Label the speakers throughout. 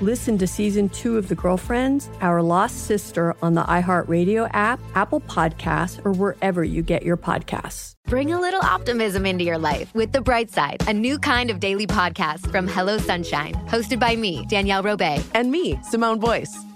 Speaker 1: Listen to season two of The Girlfriends, Our Lost Sister on the iHeartRadio app, Apple Podcasts, or wherever you get your podcasts.
Speaker 2: Bring a little optimism into your life with The Bright Side, a new kind of daily podcast from Hello Sunshine, hosted by me, Danielle Robay.
Speaker 3: And me, Simone Boyce.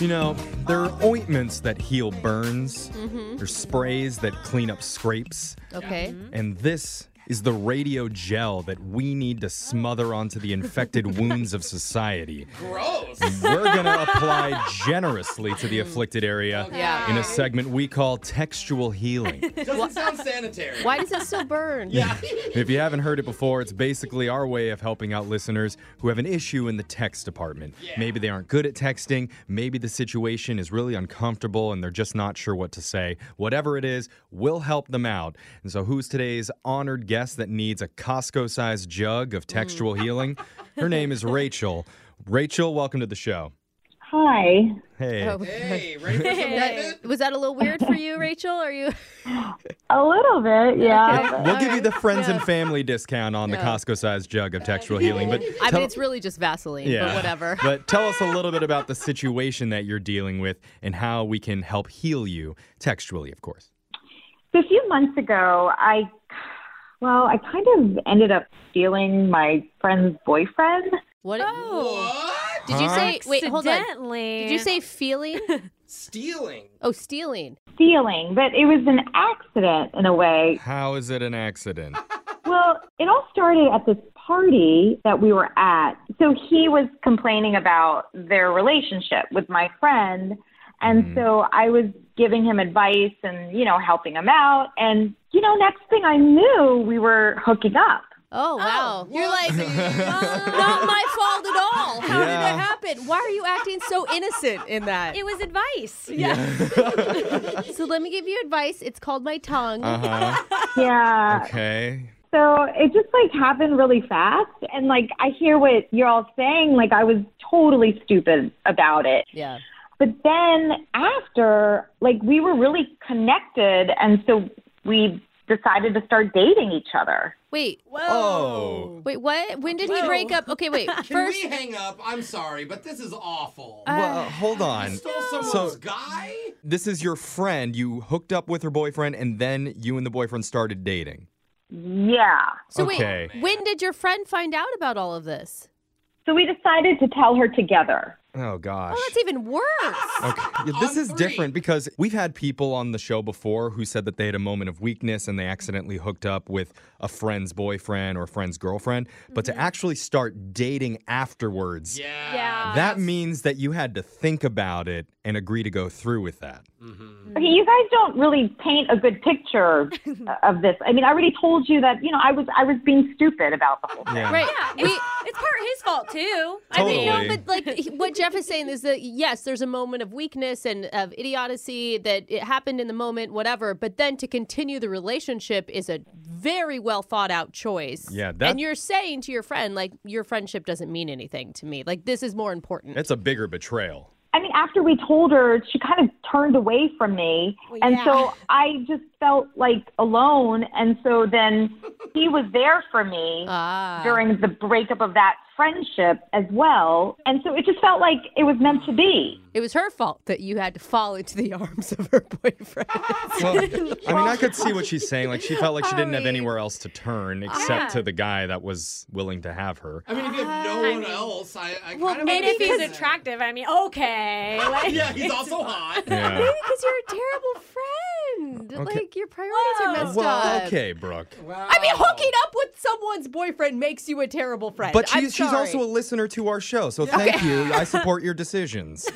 Speaker 4: You know, there are ointments that heal burns, there's sprays that clean up scrapes,
Speaker 5: Okay.
Speaker 6: Mm-hmm.
Speaker 4: and this is the radio gel that we need to smother onto the infected wounds of society.
Speaker 7: Gross.
Speaker 4: We're going to apply generously to the afflicted area
Speaker 5: Yeah.
Speaker 4: in a segment we call textual healing.
Speaker 8: Doesn't sound sanitary.
Speaker 1: Why does it still burn?
Speaker 4: if you haven't heard it before, it's basically our way of helping out listeners who have an issue in the text department. Maybe they aren't good at texting. Maybe the situation is really uncomfortable and they're just not sure what to say. Whatever it is, we'll help them out. And so, who's today's honored guest that needs a Costco sized jug of
Speaker 6: Mm.
Speaker 4: textual healing? Her name is Rachel. Rachel, welcome to the show.
Speaker 9: Hi.
Speaker 4: Hey.
Speaker 6: Oh.
Speaker 8: Hey, ready for some
Speaker 6: That- was that a little weird for you, Rachel? Are you?
Speaker 9: A little bit, yeah. but-
Speaker 4: We'll give you the friends and family discount on the
Speaker 6: Yeah.
Speaker 4: Costco sized jug of textual healing. But
Speaker 6: I
Speaker 4: tell-
Speaker 6: mean, it's really just Vaseline, but whatever.
Speaker 4: But tell us a little bit about the situation that you're dealing with and how we can help heal you textually, of course.
Speaker 9: So a few months ago, I, well, I kind of ended up stealing my friend's boyfriend.
Speaker 6: What? Oh.
Speaker 8: What?
Speaker 6: Did you say? Wait, hold on. Did you
Speaker 9: Accidentally.
Speaker 6: say feeling?
Speaker 8: Stealing.
Speaker 6: oh, stealing.
Speaker 9: Stealing, but it was an accident in a way.
Speaker 4: How is it an accident?
Speaker 9: Well, it all started at this party that we were at. So he was complaining about their relationship with my friend. And so I was giving him advice and, you know, helping him out. And, you know, next thing I knew, we were hooking up.
Speaker 6: Oh wow! You're like not my fault at all. How did
Speaker 4: Yeah.
Speaker 6: it happen? Why are you acting so innocent in that?
Speaker 10: It was advice.
Speaker 6: so let me give you advice. It's called my tongue.
Speaker 8: Uh-huh.
Speaker 4: Uh huh.
Speaker 9: Yeah.
Speaker 4: Okay.
Speaker 9: So it just like happened really fast. And like, I hear what you're all saying. Like, I was totally stupid about it.
Speaker 6: Yeah.
Speaker 9: But then after, like, we were really connected. And so we decided to start dating each other.
Speaker 6: Wait.
Speaker 4: Oh.
Speaker 6: Wait. What? When did he break up? Okay. Wait.
Speaker 8: Can
Speaker 6: First.
Speaker 8: we hang up? I'm sorry, but this is awful.
Speaker 4: Well, uh, hold on.
Speaker 8: You stole someone's
Speaker 4: So
Speaker 8: guy?
Speaker 4: this is your friend. You hooked up with her boyfriend, and then you and the boyfriend started dating.
Speaker 9: Yeah.
Speaker 6: So
Speaker 4: okay.
Speaker 6: wait. When did your friend find out about all of this?
Speaker 9: So we decided to tell her together.
Speaker 4: Oh gosh.
Speaker 6: Oh, that's even worse.
Speaker 4: Okay. Yeah, this is different because we've had people on the show before who said that they had a moment of weakness and they accidentally hooked up with a friend's boyfriend or a friend's girlfriend. But to actually start dating afterwards,
Speaker 6: Mm-hmm. yeah.
Speaker 4: that means that you had to think about it and agree to go through with that.
Speaker 6: Mm-hmm.
Speaker 9: Okay, you guys don't really paint a good picture of this. I mean, I already told you that you know I was I was being stupid about the whole thing.
Speaker 4: Yeah.
Speaker 6: Right. Yeah. It's, it's part his fault too. I mean,
Speaker 4: Totally.
Speaker 6: no, but like he- what Jeff is saying is that yes, there's a moment of weakness and of idiocy that it happened in the moment, whatever. But then to continue the relationship is a very well thought out choice.
Speaker 4: Yeah, that-
Speaker 6: and you're saying to your friend like your friendship doesn't mean anything to me. Like this is more important.
Speaker 4: That's a bigger betrayal.
Speaker 9: I mean, after we told her, she kind of turned away from me. And
Speaker 6: yeah.
Speaker 9: so I just felt like alone. And so then he was there for me during the breakup of that friendship as well. And so it just felt like it was meant to be.
Speaker 6: It was her fault that you had to fall into the arms of her boyfriend.
Speaker 4: Well, I mean, I could see what she's saying. Like, she felt like she didn't have anywhere else to turn except
Speaker 6: Yeah.
Speaker 4: to the guy that was willing to have her.
Speaker 8: I mean, if you have no
Speaker 10: I
Speaker 8: one
Speaker 10: mean-
Speaker 8: else, I, I
Speaker 10: Well,
Speaker 8: kind of
Speaker 10: and if he's
Speaker 8: understand that.
Speaker 10: attractive, I mean, okay. like-
Speaker 8: yeah, he's also hot.
Speaker 4: Yeah.
Speaker 6: Maybe because you're a terrible friend.
Speaker 4: Okay.
Speaker 6: Like your priorities are messed
Speaker 4: well,
Speaker 6: up.
Speaker 4: okay, Brooke.
Speaker 6: I mean, hooking up with someone's boyfriend makes you a terrible friend.
Speaker 4: But
Speaker 6: I'm
Speaker 4: she's, she's
Speaker 6: sorry.
Speaker 4: also a listener to our show, so thank you. I support your decisions.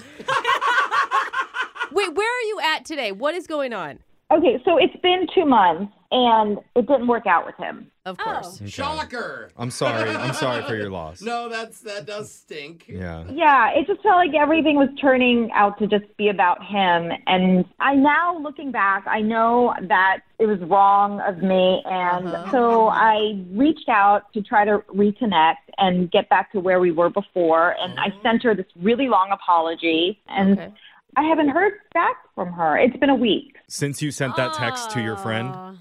Speaker 6: Wait, where are you at today? What is going on?
Speaker 9: Okay, so it's been two months and it didn't work out with him.
Speaker 6: Of course.
Speaker 4: Okay.
Speaker 8: Shocker.
Speaker 4: I'm sorry. I'm sorry for your loss.
Speaker 8: No, that's that does stink.
Speaker 4: Yeah.
Speaker 9: Yeah, it just felt like everything was turning out to just be about him. And I now, looking back, I know that it was wrong of me. And so I reached out to try to reconnect and get back to where we were before. And I sent her this really long apology. And I haven't heard back from her. It's been a week.
Speaker 4: Since you sent that text to your
Speaker 6: Ah.
Speaker 4: friend,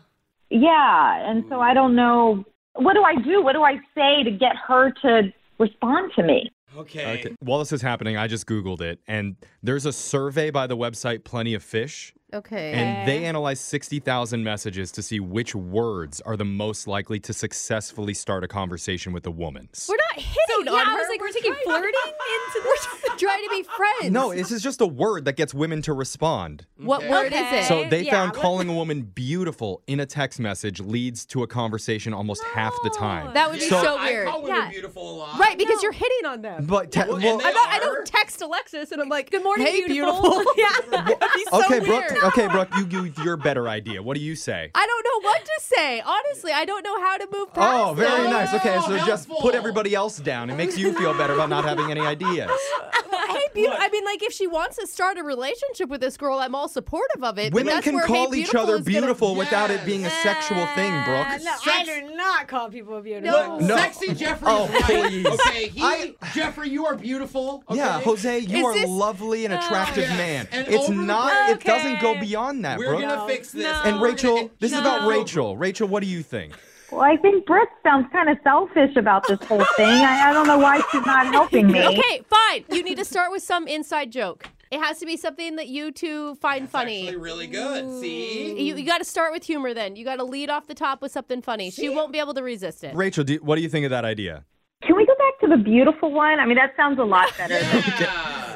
Speaker 9: Yeah. And so I don't know what do I do? What do I say to get her to respond to me?
Speaker 8: Okay.
Speaker 4: While this is happening, I just Googled it, and there's a survey by the website Plenty of Fish,
Speaker 6: Okay.
Speaker 4: and they analyzed 60,000 messages to see which words are the most likely to successfully start a conversation with a woman.
Speaker 6: We're not hitting
Speaker 10: yeah,
Speaker 6: on
Speaker 10: I
Speaker 6: her.
Speaker 10: was like, we're taking
Speaker 6: trying-
Speaker 10: flirting into
Speaker 6: We're trying to be friends.
Speaker 4: No, this is just a word that gets women to respond.
Speaker 6: What word is it?
Speaker 4: So they found calling a woman beautiful in a text message leads to a conversation almost half the time.
Speaker 6: That would be so,
Speaker 8: I
Speaker 6: weird.
Speaker 8: call women beautiful a lot.
Speaker 6: Right, because you're hitting on them.
Speaker 4: But te-
Speaker 8: and
Speaker 4: well-
Speaker 8: they
Speaker 6: I'm not- I
Speaker 8: are.
Speaker 6: don't text Alexis and I'm like, good morning,
Speaker 10: Hey,
Speaker 6: beautiful.
Speaker 10: beautiful.
Speaker 6: yeah. That'd be so
Speaker 4: okay,
Speaker 6: weird.
Speaker 4: Brooke. Okay, Brooke. You, you your better idea. What do you say?
Speaker 6: I don't know what to say. Honestly, I don't know how to move past
Speaker 4: Oh, very
Speaker 6: that.
Speaker 4: nice. Okay, so just put everybody else down. It makes you feel better about not having any ideas.
Speaker 6: hey, beautiful. I mean, like, if she wants to start a relationship with this girl, I'm all supportive of it. but
Speaker 4: Women
Speaker 6: that's
Speaker 4: can
Speaker 6: where Hey
Speaker 4: call each
Speaker 6: Beautiful
Speaker 4: other
Speaker 6: is gonna- Ah,
Speaker 4: beautiful without it being a sexual thing,
Speaker 10: Uh,
Speaker 4: Brooke.
Speaker 10: no, I do not call people beautiful.
Speaker 8: Look,
Speaker 4: No.
Speaker 8: Sexy Jeffrey
Speaker 4: Oh,
Speaker 8: is right.
Speaker 4: please.
Speaker 8: Okay, he, Jeffrey, you are beautiful. Okay?
Speaker 4: Yeah, Jose, you
Speaker 6: Is
Speaker 4: are
Speaker 6: this- Oh,
Speaker 4: lovely and attractive
Speaker 8: Yes,
Speaker 4: man.
Speaker 8: and
Speaker 4: it's
Speaker 8: over the
Speaker 4: not.
Speaker 8: top.
Speaker 4: It doesn't go beyond that,
Speaker 8: We're
Speaker 4: Brooke.
Speaker 8: gonna fix this.
Speaker 4: And
Speaker 8: We're
Speaker 4: Rachel,
Speaker 8: gonna-
Speaker 4: this is about
Speaker 8: No.
Speaker 4: Rachel. Rachel, what do you think?
Speaker 9: Well, I think Brooke sounds kind of selfish about this whole thing. I, I don't know why she's not helping me.
Speaker 6: Okay, fine. You need to start with some inside joke. It has to be something that you two find funny.
Speaker 8: Actually, really good. See?
Speaker 6: You, you got to start with humor then. You got to lead off the top with something funny. She won't be able to resist it.
Speaker 4: Rachel, do, what do you think of that idea?
Speaker 9: Can we go back to the beautiful one? I mean, that sounds a lot better.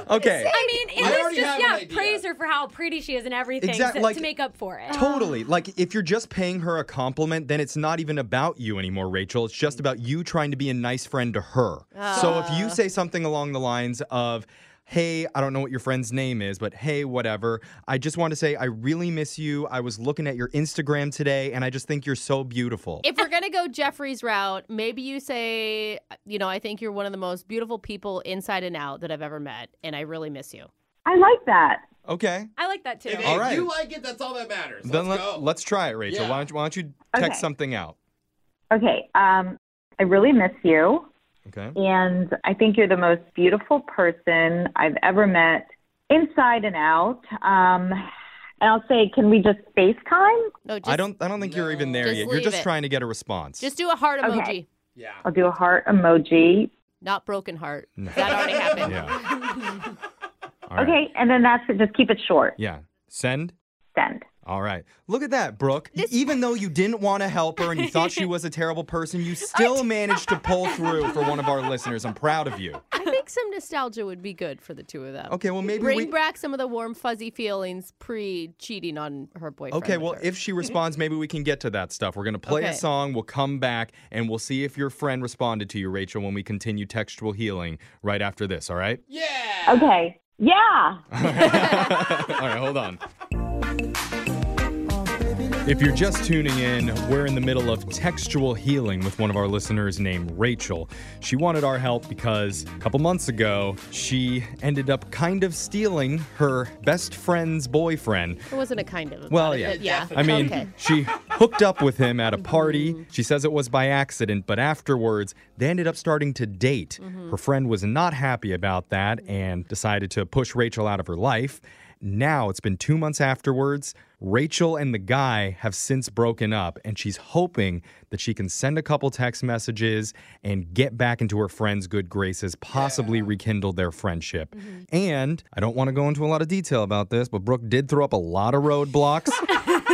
Speaker 4: Okay.
Speaker 10: I mean, it
Speaker 8: I
Speaker 10: was
Speaker 8: already
Speaker 10: just
Speaker 8: have an
Speaker 10: yeah,
Speaker 8: idea.
Speaker 10: praise her for how pretty she is and everything
Speaker 4: Exact-
Speaker 10: to,
Speaker 4: like-
Speaker 10: to make up for it.
Speaker 4: Totally. Like, if you're just paying her a compliment, then it's not even about you anymore, Rachel. It's just about you trying to be a nice friend to her. So if
Speaker 10: Ah.
Speaker 4: you say something along the lines of, Hey, I don't know what your friend's name is, but hey, whatever. I just want to say I really miss you. I was looking at your Instagram today and I just think you're so beautiful.
Speaker 6: If we're going to go Jeffrey's route, maybe you say, you know, I think you're one of the most beautiful people inside and out that I've ever met, and I really miss you.
Speaker 9: I like that.
Speaker 4: okay.
Speaker 10: I like that too.
Speaker 8: If,
Speaker 4: All
Speaker 8: if
Speaker 4: right.
Speaker 8: you like it, that's all that matters.
Speaker 4: then
Speaker 8: Let's
Speaker 4: let,
Speaker 8: go.
Speaker 4: us try it, Rachel.
Speaker 8: Yeah.
Speaker 4: Why, don't you, why don't you text
Speaker 9: Okay.
Speaker 4: something out?
Speaker 9: Okay. Um, I really miss you,
Speaker 4: Okay.
Speaker 9: and I think you're the most beautiful person I've ever met, inside and out. Um, and I'll say, can we just FaceTime?
Speaker 6: No, just,
Speaker 4: I don't I don't think you're even there
Speaker 6: Just
Speaker 4: yet. You're
Speaker 6: leave
Speaker 4: just
Speaker 6: it.
Speaker 4: trying to get a response.
Speaker 6: Just do a heart emoji,
Speaker 9: Okay.
Speaker 8: Yeah.
Speaker 9: I'll do a heart emoji.
Speaker 6: not broken heart.
Speaker 4: No.
Speaker 6: That already happened.
Speaker 4: yeah. All right.
Speaker 9: Okay, and then that's it. Just keep it short.
Speaker 4: Yeah. Send.
Speaker 9: Send.
Speaker 4: All right. Look at that, Brooke. E- Even though you didn't want to help her and you thought she was a terrible person, you still managed to pull through for one of our listeners. I'm proud of you.
Speaker 6: I think some nostalgia would be good for the two of them.
Speaker 4: Okay, well, maybe
Speaker 6: bring
Speaker 4: we-
Speaker 6: back some of the warm, fuzzy feelings pre cheating on her boyfriend.
Speaker 4: Okay,
Speaker 6: with
Speaker 4: well,
Speaker 6: her.
Speaker 4: if she responds, maybe we can get to that stuff. We're going to play a
Speaker 6: Okay.
Speaker 4: song, we'll come back, and we'll see if your friend responded to you, Rachel, when we continue textual healing right after this, all right?
Speaker 9: Okay. Yeah.
Speaker 4: all right, hold on. If you're just tuning in, we're in the middle of textual healing with one of our listeners named Rachel. She wanted our help because a couple months ago, she ended up kind of stealing her best friend's boyfriend.
Speaker 6: it wasn't a kind of.
Speaker 4: Well,
Speaker 6: about
Speaker 4: yeah.
Speaker 6: it, yeah.
Speaker 4: I mean,
Speaker 6: okay.
Speaker 4: she hooked up with him at a party. She says it was by accident, but afterwards, they ended up starting to date.
Speaker 6: Mm-hmm.
Speaker 4: Her friend was not happy about that and decided to push Rachel out of her life. Now, it's been two months afterwards. Rachel and the guy have since broken up, and she's hoping that she can send a couple text messages and get back into her friend's good graces, possibly rekindle their friendship.
Speaker 6: Mm-hmm.
Speaker 4: And I don't want to go into a lot of detail about this, but Brooke did throw up a lot of roadblocks.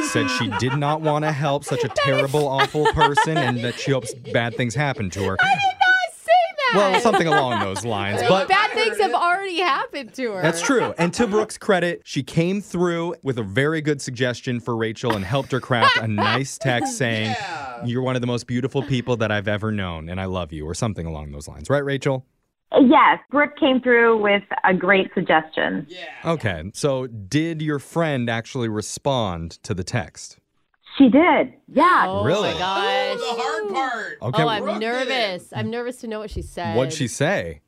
Speaker 4: said she did not want to help such a terrible, awful person, and that she hopes bad things happen to her.
Speaker 6: Say that.
Speaker 4: Well, something along those lines,
Speaker 6: Like,
Speaker 4: but.
Speaker 6: bad things have already happened to her.
Speaker 4: That's true. And to Brooke's credit, she came through with a very good suggestion for Rachel and helped her craft a nice text saying, You're one of the most beautiful people that I've ever known, and I love you, or something along those lines. Right, Rachel?
Speaker 9: Yes, Brooke came through with a great suggestion.
Speaker 4: Okay. So, did your friend actually respond to the text?
Speaker 9: She did. Yeah.
Speaker 6: Oh
Speaker 4: Really?
Speaker 6: my gosh.
Speaker 8: the hard part.
Speaker 4: Okay.
Speaker 6: Oh, I'm
Speaker 4: Brooke
Speaker 6: nervous. I'm nervous to know what she said.
Speaker 4: What'd she say?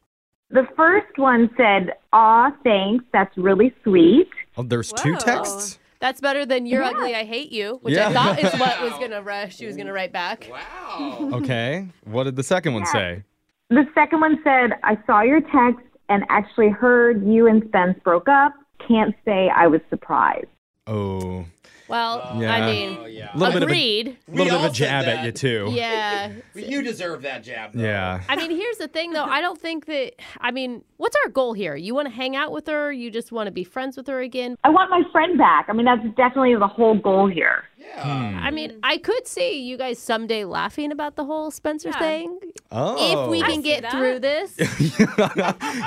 Speaker 9: The first one said, Aw, thanks. That's really sweet.
Speaker 4: Oh, there's two texts?
Speaker 6: That's better than "You're ugly, I hate you," which
Speaker 4: Yeah.
Speaker 6: I thought is what was gonna write. She was gonna write back. Wow.
Speaker 4: Okay. What did the second one say?
Speaker 9: The second one said, I saw your text and actually heard you and Spence broke up. Can't say I was surprised.
Speaker 4: Oh,
Speaker 6: well,
Speaker 4: Yeah.
Speaker 6: I mean,
Speaker 4: Little bit of a-
Speaker 6: agreed.
Speaker 4: a little bit of a jab at you, too.
Speaker 6: Yeah.
Speaker 8: But you deserve that jab. Though.
Speaker 4: Yeah.
Speaker 6: I mean, here's the thing, though. I don't think that. I mean, what's our goal here? You want to hang out with her? You just want to be friends with her again?
Speaker 9: I want my friend back. I mean, that's definitely the whole goal here.
Speaker 6: I mean, I could see you guys someday laughing about the whole Spencer thing
Speaker 4: Oh.
Speaker 6: if we can get through this.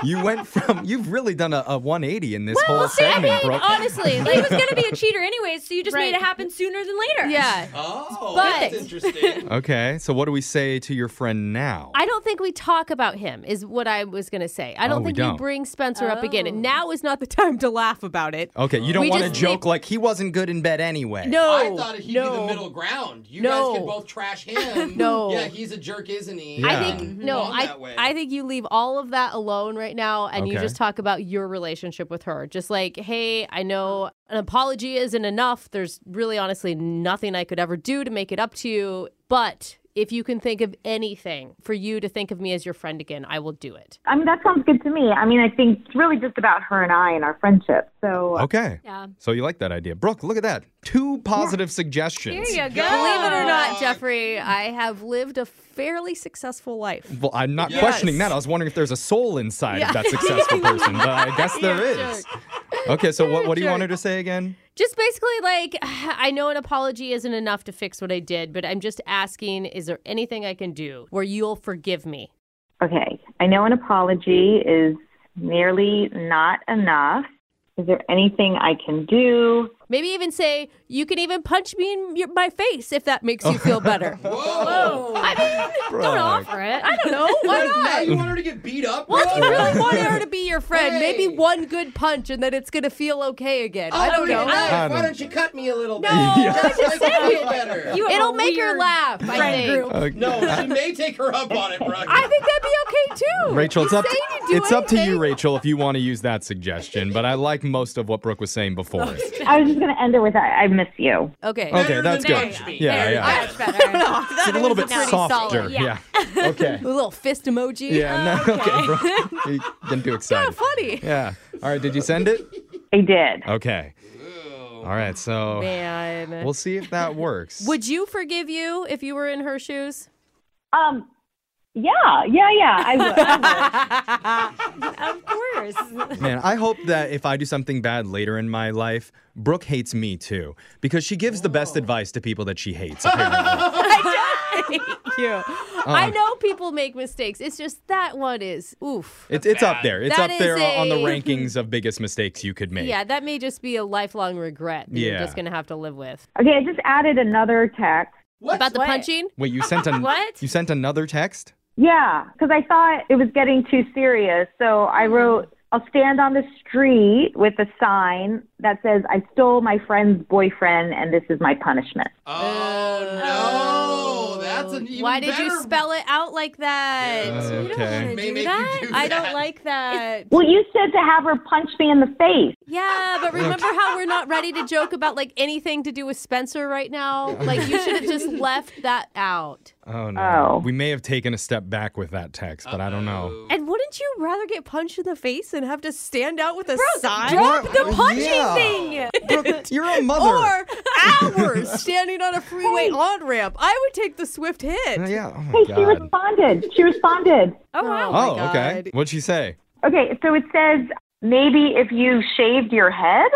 Speaker 4: you went from you've really done a, a 180 in this
Speaker 10: Well,
Speaker 4: whole
Speaker 10: see, I
Speaker 4: segment,
Speaker 10: mean,
Speaker 4: bro.
Speaker 10: honestly, like, he was gonna be a cheater anyways, so you just
Speaker 6: Right.
Speaker 10: made it happen sooner than later.
Speaker 6: Yeah.
Speaker 8: Oh,
Speaker 6: But-
Speaker 8: that's interesting.
Speaker 4: okay, so what do we say to your friend now?
Speaker 6: I don't think we talk about him, is what I was going to say. I
Speaker 4: Oh,
Speaker 6: don't
Speaker 4: we
Speaker 6: think
Speaker 4: don't.
Speaker 6: bring Spencer up again.
Speaker 8: Oh.
Speaker 6: And now is not the time to laugh about it.
Speaker 4: Okay, you don't
Speaker 6: We
Speaker 4: want to
Speaker 6: just
Speaker 4: joke like he wasn't good in bed anyway.
Speaker 6: No.
Speaker 8: I thought he'd be
Speaker 6: no.
Speaker 8: the middle ground. You
Speaker 6: No.
Speaker 8: guys could both trash him.
Speaker 6: No.
Speaker 8: Yeah, he's a jerk, isn't he?
Speaker 4: Yeah.
Speaker 6: I think
Speaker 8: Mhm.
Speaker 6: no,
Speaker 8: Along
Speaker 6: I
Speaker 8: that way.
Speaker 6: I think you leave all of that alone right now and you
Speaker 4: Okay.
Speaker 6: just talk about your relationship with her. Just like, hey, I know an apology isn't enough. There's really honestly nothing I could ever do to make it up to you, but if you can think of anything for you to think of me as your friend again, I will do it.
Speaker 9: I mean, that sounds good to me. I mean, I think it's really just about her and I and our friendship. So,
Speaker 4: Okay. Yeah. So you like that idea. Brooke, look at that. Two positive suggestions.
Speaker 6: go. Believe it or not, Jeffrey, I have lived a fairly successful life.
Speaker 4: Well, I'm not
Speaker 6: Yes.
Speaker 4: questioning that. I was wondering if there's a soul inside
Speaker 6: Yeah.
Speaker 4: of that successful person, but I guess there is.
Speaker 6: You're a
Speaker 4: Okay, so what,
Speaker 6: a
Speaker 4: what do you want her
Speaker 6: jerk.
Speaker 4: to say again?
Speaker 6: Just basically like I know an apology isn't enough to fix what I did, but I'm just asking is there anything I can do where you'll forgive me?
Speaker 9: okay. I know an apology is nearly not enough. Is there anything I can do?
Speaker 6: Maybe even say you can even punch me in your, my face if that makes you feel better. Whoa. I mean,
Speaker 4: Brooke.
Speaker 6: don't offer it. I don't know. Why
Speaker 8: Like, now
Speaker 6: not?
Speaker 8: you want her to get beat up?
Speaker 6: Well, if you
Speaker 8: bro?
Speaker 6: really want her to be your friend, maybe one good punch and then it's going to feel okay again. I
Speaker 8: Oh,
Speaker 6: don't
Speaker 8: you're
Speaker 6: know.
Speaker 8: nice.
Speaker 4: I
Speaker 8: Why
Speaker 4: don't-
Speaker 8: don't you cut me a little bit?
Speaker 6: No,
Speaker 8: Just
Speaker 6: I'm
Speaker 8: make
Speaker 6: just
Speaker 8: me feel
Speaker 6: saying.
Speaker 8: better.
Speaker 6: You have It'll a make her weird laugh, I friend think. group.
Speaker 4: Okay.
Speaker 8: No, she may take her up on it, Brock.
Speaker 6: I think that'd be okay too.
Speaker 4: Rachel, it's
Speaker 6: You
Speaker 4: up
Speaker 6: say
Speaker 4: to,
Speaker 6: you do
Speaker 4: it's up to you,
Speaker 6: anything.
Speaker 4: Rachel, if you want to use that suggestion. But I like most of what Brooke was saying before. okay,
Speaker 9: I was just going to end it with I, I miss you.
Speaker 6: Okay.
Speaker 4: that's good. Yeah, yeah.
Speaker 6: It's
Speaker 4: It's a little bit softer. Yeah. Okay.
Speaker 6: A little fist emoji. Oh,
Speaker 4: Yeah. No, okay, Brooke. You getting too excited.
Speaker 6: funny.
Speaker 4: Yeah. All right. Did you send it?
Speaker 9: I did.
Speaker 4: Okay. All right. So
Speaker 6: Man.
Speaker 4: we'll see if that works.
Speaker 6: Would you forgive you if you were in her shoes?
Speaker 9: Um, Yeah, yeah, yeah. I would.
Speaker 6: of course.
Speaker 4: Man, I hope that if I do something bad later in my life, Brooke hates me too because she gives the best advice to people that she hates.
Speaker 1: I don't hate you. I
Speaker 4: Um,
Speaker 1: know people make mistakes. It's just that one is oof.
Speaker 4: It's it's up there. It's
Speaker 1: That
Speaker 4: up there
Speaker 1: is
Speaker 4: on the
Speaker 1: a-
Speaker 4: rankings of biggest mistakes you could make.
Speaker 1: Yeah, that may just be a lifelong regret that you're
Speaker 4: Yeah.
Speaker 1: just gonna have to live with.
Speaker 9: Okay, I just added another text.
Speaker 1: About the punching?
Speaker 4: Wait, you sent an
Speaker 1: What?
Speaker 4: you sent another text?
Speaker 9: Yeah, because I thought it was getting too serious. So I wrote, I'll stand on the street with a sign that says, I stole my friend's boyfriend and this is my punishment.
Speaker 11: Oh no, that's an even
Speaker 1: Why did you
Speaker 11: better-
Speaker 1: spell it out like that?
Speaker 11: Yeah.
Speaker 1: You don't
Speaker 11: Okay.
Speaker 1: want
Speaker 11: May
Speaker 1: to do
Speaker 11: make you
Speaker 1: that.
Speaker 11: do
Speaker 1: I don't
Speaker 11: that.
Speaker 1: like that.
Speaker 9: Well, you said to have her punch me in the face.
Speaker 1: Yeah, but remember how we're not ready to joke about like anything to do with Spencer right now? Like you should have just left that out.
Speaker 4: Oh no. We may have taken a step back with that text, but I don't know.
Speaker 1: And wouldn't you rather get punched in the face than have to stand out with a
Speaker 6: Bro,
Speaker 1: sign?
Speaker 6: drop the
Speaker 1: Oh,
Speaker 6: punching
Speaker 1: yeah.
Speaker 6: thing.
Speaker 4: You're a mother.
Speaker 1: Or hours standing on a freeway on ramp. I would take the swift hit.
Speaker 4: yeah. Oh
Speaker 9: Hey,
Speaker 4: my
Speaker 9: she
Speaker 4: god.
Speaker 9: responded. She responded.
Speaker 1: Oh, wow.
Speaker 4: Oh, okay. What'd she say?
Speaker 9: Okay, so it says, maybe if you shaved your head?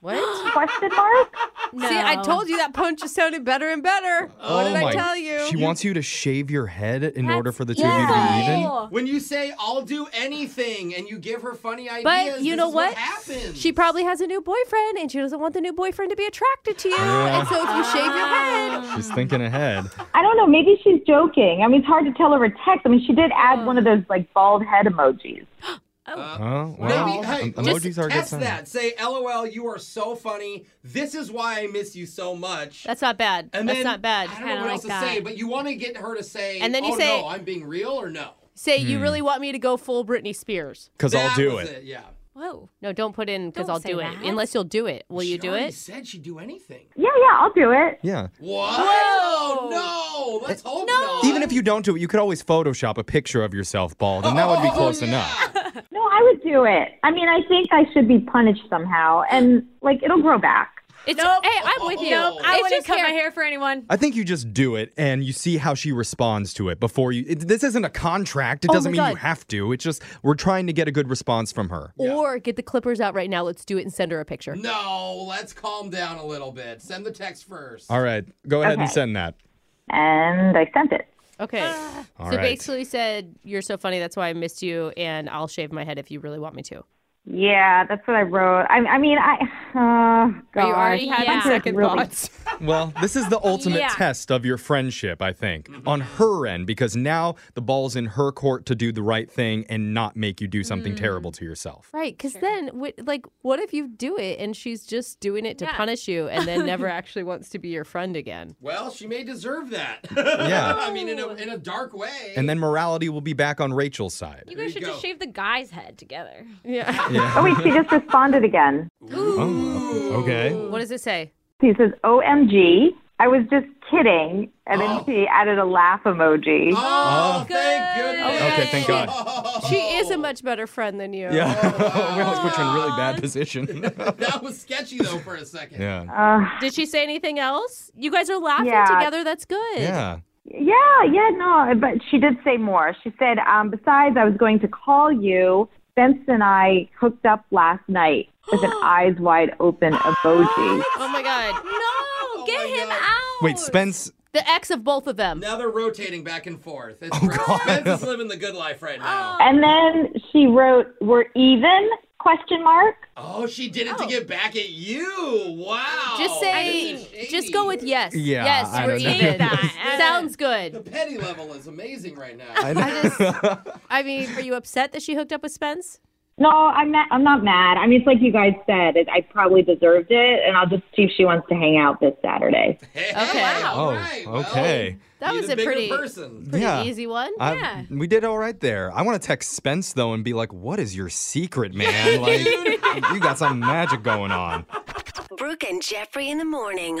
Speaker 1: What?
Speaker 9: Question mark?
Speaker 4: Oh.
Speaker 1: See, I told you that punch just sounded better and better. what did
Speaker 4: my-
Speaker 1: I tell you?
Speaker 4: She wants you to shave your head in order for the two of you to be even.
Speaker 11: When you say I'll do anything and you give her funny ideas,
Speaker 1: But you
Speaker 11: this
Speaker 1: know
Speaker 11: is
Speaker 1: what?
Speaker 11: happens?
Speaker 1: she probably has a new boyfriend and she doesn't want the new boyfriend to be attracted to you.
Speaker 4: Yeah.
Speaker 1: And so if you shave your head,
Speaker 4: She's thinking ahead.
Speaker 9: I don't know. Maybe she's joking. I mean, it's hard to tell over text. I mean, she did add one of those like bald head emojis.
Speaker 4: Oh, well,
Speaker 11: Maybe, hey,
Speaker 4: em- emojis
Speaker 11: just
Speaker 4: are a good
Speaker 11: test
Speaker 4: sign.
Speaker 11: that. Say, "LOL, you are so funny. This is why I miss you so much."
Speaker 1: that's not bad.
Speaker 11: and
Speaker 1: that's
Speaker 11: then,
Speaker 1: not bad.
Speaker 11: I don't know what else to say, but you want to get her to say,
Speaker 1: And then you
Speaker 11: oh,
Speaker 1: say-
Speaker 11: no, I'm being real or no."
Speaker 1: Say you really want me to go full Britney Spears.
Speaker 4: Because I'll
Speaker 11: That
Speaker 4: do
Speaker 11: was
Speaker 4: it.
Speaker 11: Yeah.
Speaker 1: Whoa. No, don't put in because
Speaker 11: Don't
Speaker 1: I'll
Speaker 11: say
Speaker 1: do
Speaker 11: that.
Speaker 1: it. Unless you'll do it. Will you
Speaker 11: She
Speaker 1: do
Speaker 11: already
Speaker 1: it?
Speaker 11: Said she'd do anything.
Speaker 9: Yeah, yeah, I'll do it.
Speaker 4: Yeah.
Speaker 11: What?
Speaker 1: Whoa.
Speaker 11: No, let's hope
Speaker 1: No.
Speaker 11: not.
Speaker 4: Even if you don't do it, you could always Photoshop a picture of yourself bald, and that would be
Speaker 11: Oh,
Speaker 4: close enough.
Speaker 9: No, Oh, I would do it. I mean, I think I should be punished somehow, and like it'll grow back.
Speaker 6: It's
Speaker 1: Hey, I'm with you.
Speaker 6: Nope, Oh, I
Speaker 1: It's
Speaker 6: wouldn't
Speaker 1: just
Speaker 6: cut my
Speaker 1: hair.
Speaker 6: hair for anyone.
Speaker 4: I think you just do it, and you see how she responds to it before you. It, this isn't a contract. It
Speaker 1: Oh
Speaker 4: doesn't
Speaker 1: my
Speaker 4: mean you
Speaker 1: God.
Speaker 4: have to. It's just we're trying to get a good response from her.
Speaker 1: Or get the clippers out right now. Let's do it and send her a picture.
Speaker 11: No, let's calm down a little bit. Send the text first.
Speaker 4: All right, go ahead and
Speaker 9: Okay.
Speaker 4: send that.
Speaker 9: And I sent it.
Speaker 1: Okay.
Speaker 4: All
Speaker 1: so
Speaker 4: right.
Speaker 1: basically said, You're so funny, that's why I missed you, and I'll shave my head if you really want me to.
Speaker 9: Yeah, that's what I wrote. I, I mean, I. Uh, gosh,
Speaker 1: Are you already having
Speaker 9: Spencer's
Speaker 1: second
Speaker 9: really-
Speaker 1: thoughts?
Speaker 4: Well, this is the ultimate
Speaker 6: Yeah.
Speaker 4: test of your friendship, I think,
Speaker 11: Mm-hmm.
Speaker 4: on her end, because now the ball's in her court to do the right thing and not make you do something terrible to yourself.
Speaker 1: Right, because then, wh- like, what if you do it and she's just doing it to
Speaker 6: Yeah.
Speaker 1: punish you and then never actually wants to be your friend again?
Speaker 11: Well, she may deserve that.
Speaker 4: Yeah.
Speaker 11: I mean, in a, in a dark way.
Speaker 4: And then morality will be back on Rachel's side.
Speaker 6: You guys should just shave the guy's head together.
Speaker 1: Yeah.
Speaker 9: Oh wait, she just responded again.
Speaker 4: Oh, okay.
Speaker 1: What does it say?
Speaker 9: He says, "OMG, I was just kidding," and then she added a laugh emoji.
Speaker 11: Oh, thank goodness.
Speaker 4: Okay, thank God.
Speaker 1: She is a much better friend than you.
Speaker 4: Yeah. we almost put you in a really bad position.
Speaker 11: That was sketchy though for a second.
Speaker 4: yeah.
Speaker 1: Did she say anything else? You guys are laughing
Speaker 9: Yeah.
Speaker 1: together. That's good.
Speaker 4: Yeah.
Speaker 9: Yeah, yeah, no, but she did say more. She said, um, besides, I was going to call you. Benson and I hooked up last night with an eyes wide open emoji.
Speaker 1: Oh my God.
Speaker 6: No, get him out.
Speaker 4: Wait, Spence.
Speaker 1: The ex of both of them.
Speaker 11: Now they're rotating back and forth. It's great. Spence is living the good life right now.
Speaker 9: And then she wrote, "We're even?" Question mark.
Speaker 11: Oh, she did it to get back at you. Wow.
Speaker 1: Just say,
Speaker 11: This is
Speaker 1: just go
Speaker 11: shady.
Speaker 1: with yes.
Speaker 4: Yeah,
Speaker 1: yes,
Speaker 4: I
Speaker 1: we're
Speaker 4: don't know.
Speaker 1: even.
Speaker 6: That.
Speaker 1: Sounds good.
Speaker 11: The petty level is amazing right now.
Speaker 1: I mean, were you upset that she hooked up with Spence?
Speaker 9: No, I'm not. I'm not mad. I mean, it's like you guys said. It, I probably deserved it, and I'll just see if she wants to hang out this Saturday.
Speaker 11: Hey,
Speaker 1: Okay.
Speaker 11: all
Speaker 4: Oh,
Speaker 11: right, well,
Speaker 4: okay.
Speaker 1: That
Speaker 11: be
Speaker 1: was
Speaker 11: the
Speaker 1: a
Speaker 11: bigger
Speaker 1: pretty-
Speaker 11: person.
Speaker 1: Pretty
Speaker 4: yeah.
Speaker 1: easy one.
Speaker 4: I- we did all right there. I want to text Spence though and be like, "What is your secret, man? Like, you got some magic going on."
Speaker 12: Brooke and Jeffrey in the morning.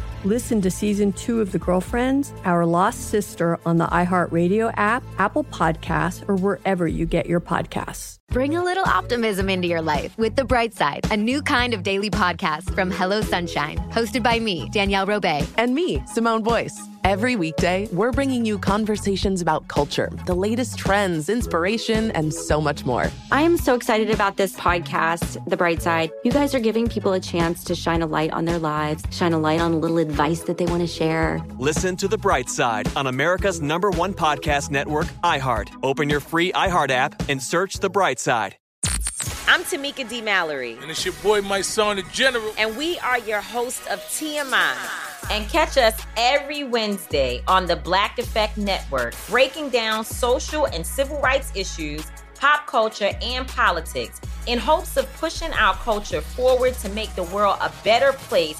Speaker 1: Listen to season two of The Girlfriends, Our Lost Sister on the iHeartRadio app, Apple Podcasts, or wherever you get your podcasts.
Speaker 6: Bring a little optimism into your life with The Bright Side, a new kind of daily podcast from Hello Sunshine, hosted by me, Danielle Robay.
Speaker 3: And me, Simone Boyce. Every weekday, we're bringing you conversations about culture, the latest trends, inspiration, and so much more.
Speaker 9: I am so excited about this podcast, The Bright Side. You guys are giving people a chance to shine a light on their lives, shine a light on a little advice that they want to share.
Speaker 13: Listen to The Bright Side on America's number one podcast network, iHeart. Open your free iHeart app and search The Bright Side.
Speaker 11: I'm Tamika D. Mallory.
Speaker 4: And it's your boy, my son, the General.
Speaker 11: And we are your host of TMI. And catch us every Wednesday on the Black Effect Network, breaking down social and civil rights issues, pop culture, and politics in hopes of pushing our culture forward to make the world a better place